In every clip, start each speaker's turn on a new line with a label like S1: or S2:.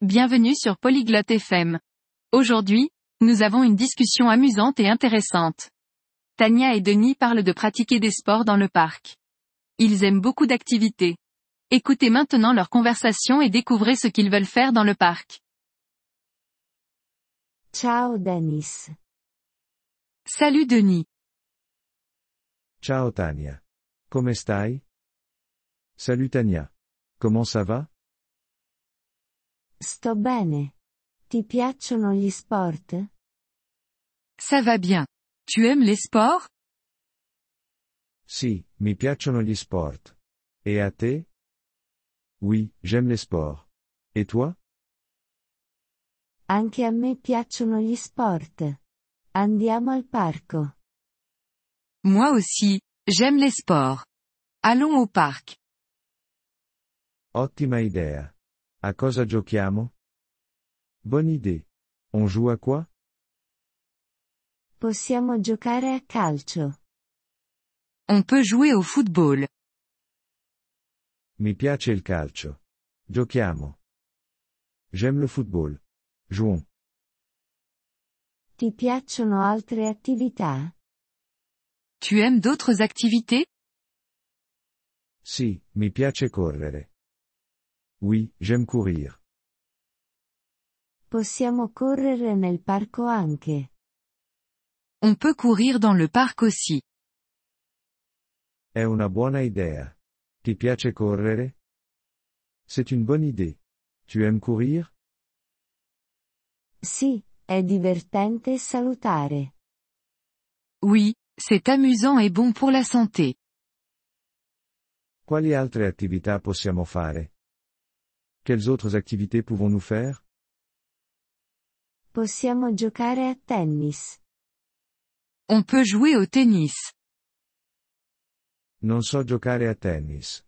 S1: Bienvenue sur Polyglotte FM. Aujourd'hui, nous avons une discussion amusante et intéressante. Tania et Denis parlent de pratiquer des sports dans le parc. Ils aiment beaucoup d'activités. Écoutez maintenant leur conversation et découvrez ce qu'ils veulent faire dans le parc.
S2: Ciao Dennis.
S1: Salut Denis.
S3: Ciao Tania. Come stai? Salut Tania. Comment ça va?
S2: Sto bene. Ti piacciono gli sport?
S1: Ça va bien. Tu aimes les sports
S3: Sì, mi piacciono gli sport. Et à te? Oui, j'aime les sports. Et toi?
S2: Anche a me piacciono gli sport. Andiamo al parco.
S1: Moi aussi, j'aime les sports. Allons au parc.
S3: Ottima idea. A cosa giochiamo? Bonne idée. On joue à quoi?
S2: Possiamo giocare a calcio.
S1: On peut jouer au football.
S3: Mi piace il calcio. Giochiamo. J'aime le football. Jouons.
S2: Ti piacciono altre attività?
S1: Tu aimes d'autres activités
S3: Sì, mi piace correre. Oui, j'aime courir.
S2: Possiamo correre nel parco anche.
S1: On peut courir dans le parc aussi.
S3: È una buona idea. Ti piace correre? C'est une bonne idée. Tu aimes courir?
S2: Sì, è divertente e salutare.
S1: Oui, c'est amusant et bon pour la santé.
S3: Quali altre attività possiamo fare? Quelles autres activités pouvons-nous faire?
S2: Possiamo giocare a tennis.
S1: On peut jouer au tennis.
S3: Non so giocare a tennis.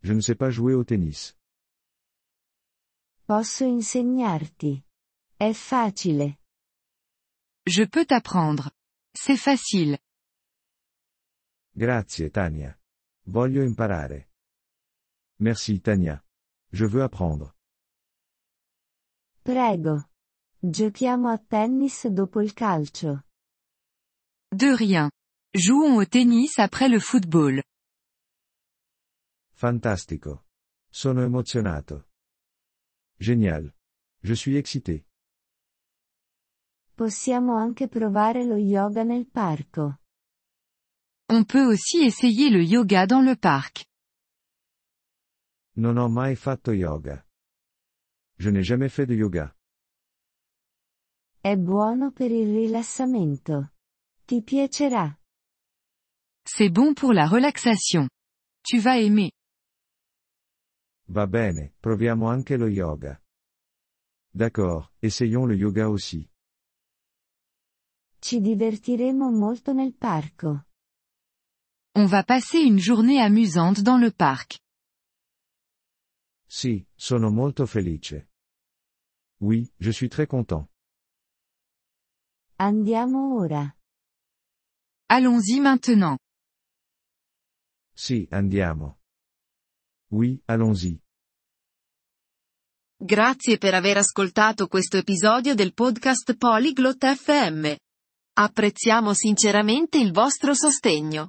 S3: Je ne sais pas jouer au tennis.
S2: Posso insegnarti. È facile.
S1: Je peux t'apprendre. C'est facile.
S3: Grazie Tania. Voglio imparare. Merci Tania. Je veux apprendre.
S2: Prego. Giochiamo a tennis dopo il calcio.
S1: De rien. Jouons au tennis après le football.
S3: Fantastico. Sono emozionato. Génial. Je suis excité.
S2: Possiamo anche provare lo yoga nel parco.
S1: On peut aussi essayer le yoga dans le parc.
S3: Non ho mai fatto yoga. Je n'ai jamais fait de yoga.
S2: È buono per il rilassamento. Ti piacerà.
S1: C'est bon pour la relaxation. Tu vas aimer.
S3: Va bene, proviamo anche lo yoga. D'accord, essayons le yoga aussi.
S2: Ci divertiremo molto nel parco.
S1: On va passer une journée amusante dans le parc.
S3: Sì, sono molto felice. Oui, je suis très content.
S2: Andiamo ora.
S1: Allons-y maintenant.
S3: Sì, andiamo. Oui, allons-y.
S4: Grazie per aver ascoltato questo episodio del podcast Polyglot FM. Apprezziamo sinceramente il vostro sostegno.